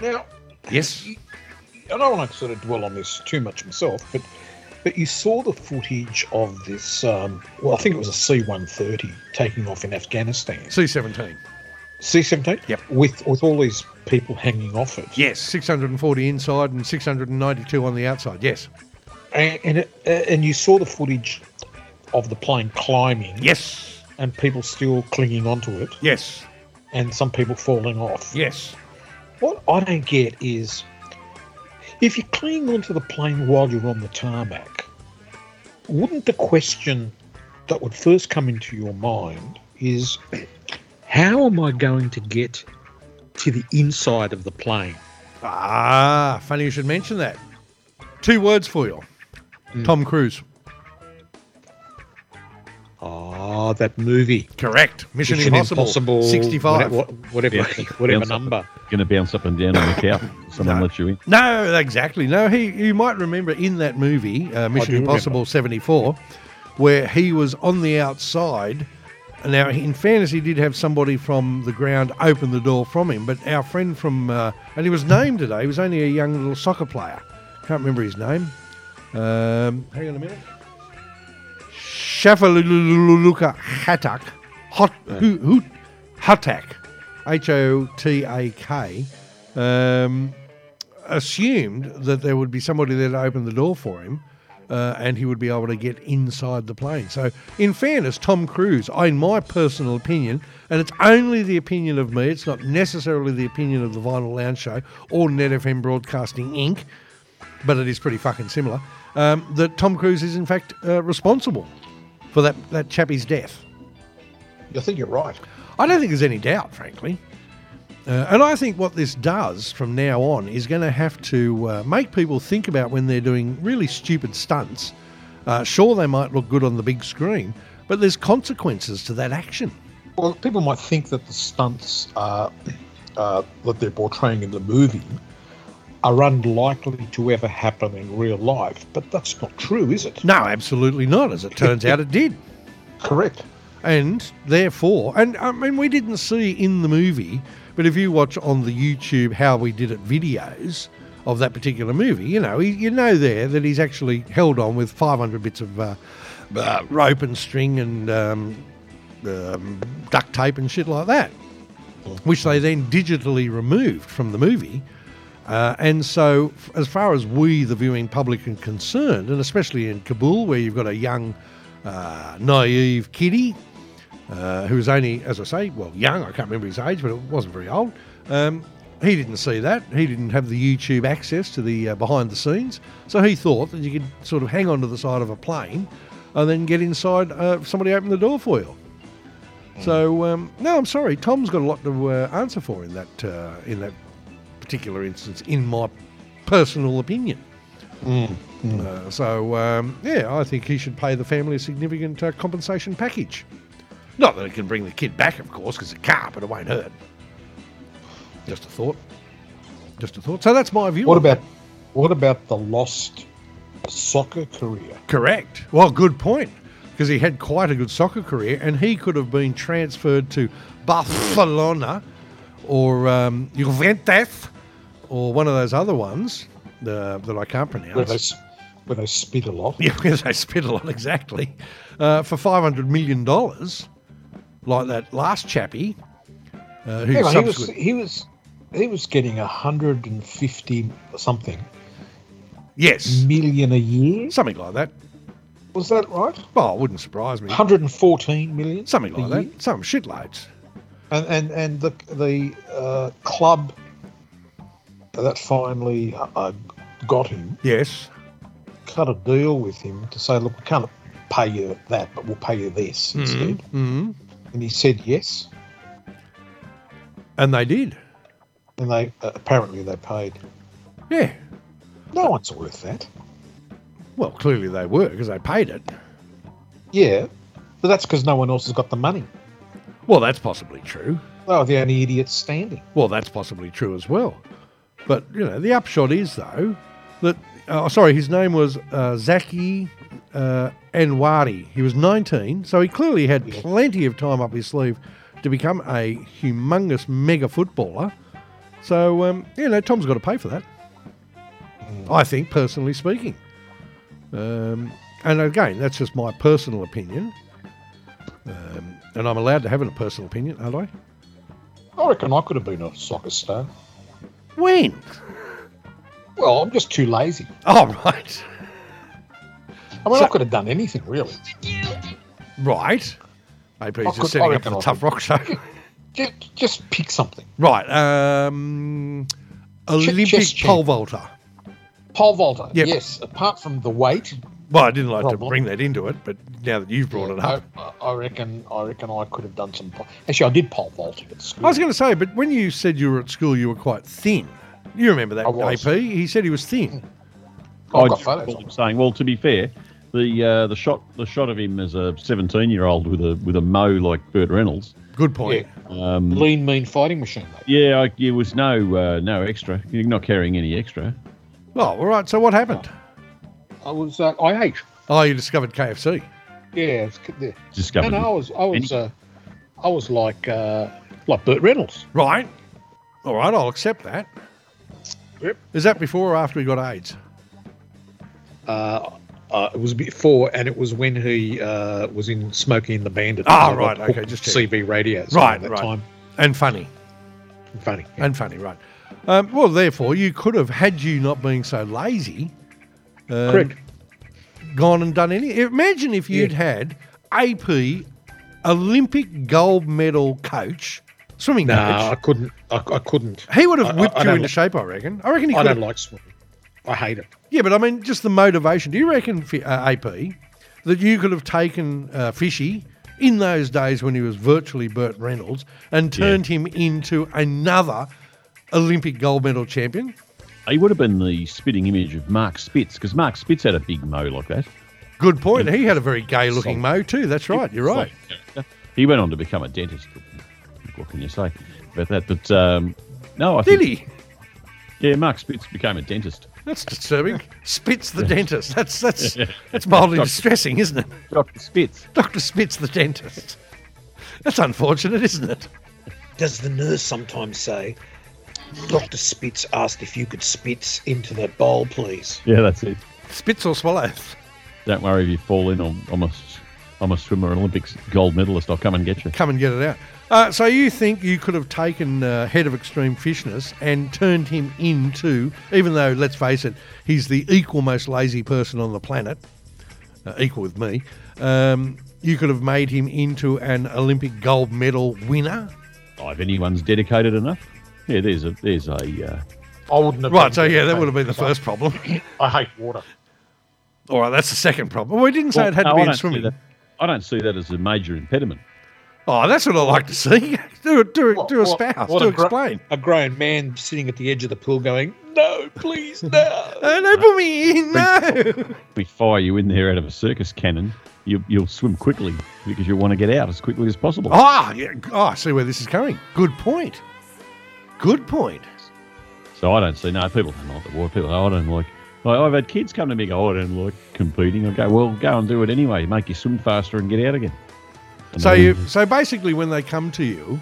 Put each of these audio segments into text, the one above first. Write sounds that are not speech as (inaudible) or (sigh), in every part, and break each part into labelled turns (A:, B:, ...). A: Now,
B: Yes.
A: I don't want to sort of dwell on this too much myself, but but you saw the footage of this. Um, well, I think it was a C-130 taking off in Afghanistan.
B: C seventeen.
A: C-17.
B: Yep.
A: With with all these people hanging off it.
B: Yes. Six hundred and forty inside and six hundred and ninety two on the outside. Yes.
A: And and, it, uh, and you saw the footage of the plane climbing.
B: Yes.
A: And people still clinging onto it,
B: Yes.
A: and some people falling off.
B: Yes.
A: What I don't get is if you cling onto the plane while you're on the tarmac, wouldn't the question that would first come into your mind is how am I going to get to the inside of the plane?
B: Ah, funny you should mention that. Two words for you. Tom Cruise.
A: Ah, that movie.
B: Correct. Mission,
A: Mission
B: Impossible.
A: Impossible.
B: 65.
A: wha- Whatever,
C: Yeah.
A: (laughs) whatever,
C: Bounce up-
A: number.
C: Gonna bounce up and down on the couch.
A: (laughs)
C: Someone
B: No.
C: lets you in.
B: No, exactly. No, he. You might remember in that movie, uh, Mission
A: do
B: Impossible '74, where he was on the outside. Now, in fairness, he did have somebody from the ground open the door from him, but our friend from uh, and he was named today. He was only a young little soccer player. Can't remember his name. Um, hang on a minute. Shafaluluka Hatak. Hot who who Hatak. H O T A K. Um, assumed that there would be somebody there to open the door for him uh, and he would be able to get inside the plane. So, in fairness, Tom Cruise, I, in my personal opinion, and it's only the opinion of me, it's not necessarily the opinion of the Vinyl Lounge Show or NetFM Broadcasting Inc., but it is pretty fucking similar, um, that Tom Cruise is in fact uh, responsible for that, that chappie's death.
A: I think you're right.
B: I don't think there's any doubt, frankly. Uh, and I think what this does from now on is going to have to uh, make people think about when they're doing really stupid stunts. Uh, sure, they might look good on the big screen, but there's consequences to that action.
A: Well, people might think that the stunts are, uh, that they're portraying in the movie are unlikely to ever happen in real life, but that's not true, is it?
B: No, absolutely not. As it turns out, it did.
A: Correct.
B: and therefore, and I mean, we didn't see in the movie, but if you watch on the YouTube how we did it videos of that particular movie, you know, you- you know there that he's actually held on with 500 bits of uh, uh, rope and string and um, um, duct tape and shit like that, which they then digitally removed from the movie. Uh, and so, f- as far as we, the viewing public, are concerned, and especially in Kabul, where you've got a young, uh, naive kiddie uh, who was only, as I say, well, young, I can't remember his age, but it wasn't very old. Um, he didn't see that. He didn't have the YouTube access to the uh, behind the scenes. So he thought that you could sort of hang onto the side of a plane and then get inside, uh, somebody open the door for you. So, um, no, I'm sorry. Tom's got a lot to uh, answer for in that, uh, in that particular instance, in my personal opinion. Uh, so, um, yeah, I think he should pay the family a significant uh, compensation package. Not that it can bring the kid back, of course, because it can't, but it won't hurt. Just a thought. Just a thought. So that's my view.
A: What
B: on it.
A: about what about the lost soccer career?
B: Correct. Well, good point. Because he had quite a good soccer career, and he could have been transferred to Barcelona or um, Juventus or one of those other ones uh, that I can't
A: Where they,
B: (laughs) pronounce.
A: s- where they spit a lot.
B: Yeah, because they spit a lot, exactly. Uh, for $500 million, like that last chappie. Uh, who
A: Hang on, he was
B: subsequent-
A: he was he was getting hundred and fifty something
B: yes,
A: million a year.
B: something like that.
A: Was that right?
B: Well, it wouldn't surprise me.
A: Hundred and fourteen million.
B: Something
A: a
B: like
A: year?
B: that. Some shitloads.
A: and and and the the uh, club that finally uh, got him
B: Yes.
A: cut a deal with him to say, look, we can't pay you that, but we'll pay you this instead.
B: Mm.
A: And he said yes,
B: And they did.
A: and they uh, apparently they paid.
B: Yeah.
A: No one's worth that.
B: Well, clearly they were because they paid it.
A: Yeah, but that's because no one else has got the money.
B: Well, that's possibly true.
A: They were the only idiots standing.
B: Well, that's possibly true as well. But, you know, the upshot is, though, that, oh, sorry, his name was uh, Zaki uh, Anwari. He was 19, so he clearly had plenty of time up his sleeve to become a humongous mega footballer. So, um, you know, Tom's got to pay for that. I think, personally speaking. Um, and again, that's just my personal opinion. Um, and I'm allowed to have a personal opinion, aren't I?
A: I reckon I could have been a soccer star.
B: When?
A: Well, I'm just too lazy.
B: Oh, right.
A: I mean,
B: So-
A: I could have done anything really.
B: Right. AP
A: I
B: is
A: could-
B: just setting
A: I
B: up for
A: reckon
B: the
A: I
B: Tough
A: could.
B: Rock show.
A: Just, just pick something.
B: (laughs) right. Um, Olympic
A: chess
B: pole vaulter.
A: Pole vaulter.
B: Yep.
A: Yes. Apart from the weight,
B: Well, I didn't like to
A: Problem.
B: bring that into it, but now that you've brought it up.
A: I, I reckon. I reckon I could have done some. pole- Actually, I did pole vaulting at school.
B: I was going to say, but when you said you were at school, you were quite thin. You remember that,
A: I was.
B: AP? He said he was thin.
A: I've
C: I
A: got
C: just
A: photos.
C: recall
A: of
C: him
A: it.
C: saying, well, to be fair, the uh, the shot the shot of him as a 17 year old with a with a mow like Burt Reynolds.
B: Good point.
C: Um,
A: Lean, mean fighting machine. Mate.
C: yeah, I, there was no uh, no extra. You're not carrying any extra.
B: Well, Oh, all right. So what happened?
A: I was uh, IH.
B: Oh, you discovered KFC.
A: Yeah. It's, yeah.
C: Discovered.
A: No, no, I was, I was, uh, I was like, uh, like Burt Reynolds.
B: Right. All right. I'll accept that.
A: Yep.
B: Is that before or after he got AIDS?
A: Uh, uh, it was before, and it was when he uh, was in Smoking and the Bandit.
B: Ah,
A: I got
B: right,
A: hooked
B: okay, just
A: on
B: checking.
A: CB radio. at
B: Right,
A: that
B: right.
A: time.
B: And funny.
A: Funny.
B: and funny, right? Um, well, therefore, you could have, had you not being so lazy, um,
A: Correct.
B: gone and done any. Imagine if you'd had AP Olympic gold medal coach, swimming
A: No, I
B: coach.
A: couldn't. I, I couldn't.
B: He would
A: I-
B: have
A: I-
B: whipped
A: I
B: you
A: don't
B: into
A: like-
B: shape, I reckon. I reckon he
A: I
B: could.
A: don't
B: Have,
A: like swimming. I hate it.
B: yeah, but I mean, just the motivation. Do you reckon, Fi- uh, AP, that you could have taken uh, Fishy in those days when he was virtually Burt Reynolds and turned him into another Olympic gold medal champion?
C: He would have been the spitting image of Mark Spitz because Mark Spitz had a big mow like that.
B: Good point. He had a very gay looking
C: Solid.
B: mo too. That's right. You're right.
C: He went on to become a dentist. What can you say about that? But um, no, I
B: Did
C: think
B: he?
C: yeah, Mark Spitz became a dentist.
B: That's disturbing. Spitz the dentist. That's that's that's mildly distressing, isn't it?
C: Doctor Spitz.
B: Doctor Spitz the dentist. That's unfortunate, isn't it?
D: Does the nurse sometimes say, Dr. Spitz asked if you could spitz into that bowl, please?
C: Yeah, that's it.
B: Spitz or swallows.
C: Don't worry if you fall in. I'm, I'm a I'm a swimmer, Olympics gold medalist. I'll come and get you.
B: Come and get it out. Uh, so you think you could have taken uh, head of extreme fishness and turned him into, even though let's face it, he's the equal most lazy person on the planet, uh, equal with me. Um, you could have made him into an Olympic gold medal winner.
C: Oh, if anyone's dedicated enough, yeah, there's a there's a uh,
A: I wouldn't have.
B: Right,
A: been
B: so
A: there,
B: yeah, that
A: mate,
B: would have been the
A: 'cause
B: first problem. (coughs)
A: I, I hate water.
B: All right, that's the second problem. We didn't say
C: Well,
B: it had
C: no,
B: to be
C: I
B: in
C: don't see
B: swimming.
C: that- I don't see that as a major impediment.
B: Oh, that's what I like to see. (laughs) do it, do it, do a spouse,
A: what
B: do
A: a gro-
B: explain.
A: A grown man sitting at the edge of the pool going, "No, please, no."
B: (laughs) Uh, no, put me in. No.
C: If we fire you in there out of a circus cannon, you, you'll swim quickly because you want to get out as quickly as possible.
B: Ah, yeah. Oh, I see where this is going. Good point. Good point.
C: So I don't see. No, people don't like the water. People, oh, I don't like. Like I've had kids come to me, go, "Oh, I don't like competing. I go, well, go and do it anyway. Make you swim faster and get out again. And
B: So
C: they-
B: you, so basically, when they come to you,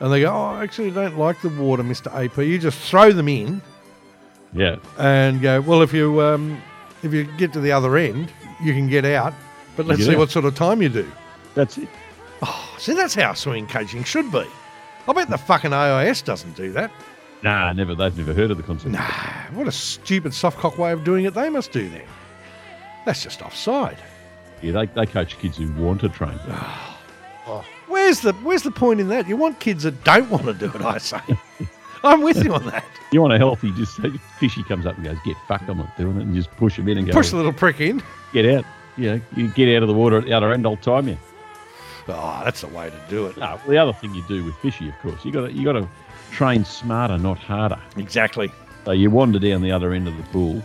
B: and they go, "Oh, I actually, don't like the water, Mister AP," you just throw them in
C: yeah,
B: and go, "Well, if you um, if you get to the other end, you can get out, but let's
C: get
B: see
C: out."
B: what sort of time you do."
C: that's it.
B: Oh, see, that's how swimming coaching should be. I bet the fucking AIS doesn't do that.
C: Nah, never. They've never heard of the concept.
B: Nah, what a stupid softcock way of doing it they must do then. That's just offside.
C: Yeah, they, they coach kids who want to train.
B: Where's the where's the point in that? You want kids that don't want to do it, I
C: (laughs)
B: say. I'm with you on that.
C: You want a healthy? Just fishy comes up and goes, "Get fucked! I'm not doing it," and just push him in and go,
B: Push the little prick in.
C: "Get out! Yeah, you get out of the water at the other end. I'll time you."
B: Oh, that's the way to do it.
C: No, the other thing you do with fishy, of course, you got to you got to train smarter, not harder.
B: Exactly.
C: So you wander down the other end of the pool,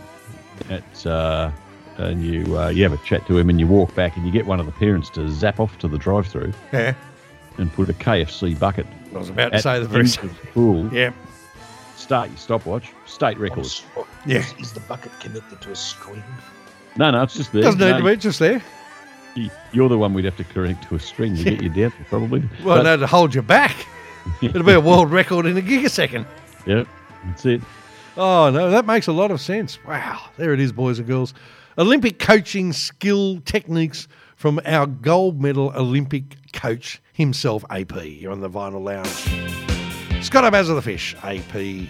C: at, uh, and you uh, you have a chat to him, and you walk back, and you get one of the parents to zap off to the drive-through
B: Yeah.
C: and put a KFC bucket
B: I was about to
C: at
B: say the
C: the
B: very
C: end of
B: same.
C: the pool.
B: Yeah.
C: Start your stopwatch, state records.
B: Yeah.
D: Is the bucket connected to a string?
C: No, no, it's just there.
B: Doesn't need
C: No,
B: to be it's just there.
C: you- You're the one we'd have to connect to a string to get you down, probably.
B: Well,
C: But- (laughs)
B: no, to hold you back. It'll be a world record in a gigasecond.
C: Yep, that's it.
B: Oh, no, that makes a lot of sense. Wow. There it is, boys and girls. Olympic coaching skill techniques from our gold medal Olympic coach himself, AP, here on the Vinyl Lounge. Scott Abaz the Fish, AP,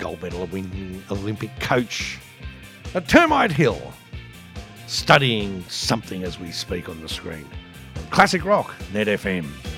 B: gold medal winning Olympic coach. A termite hill, studying something as we speak on the screen. Classic Rock, Net FM.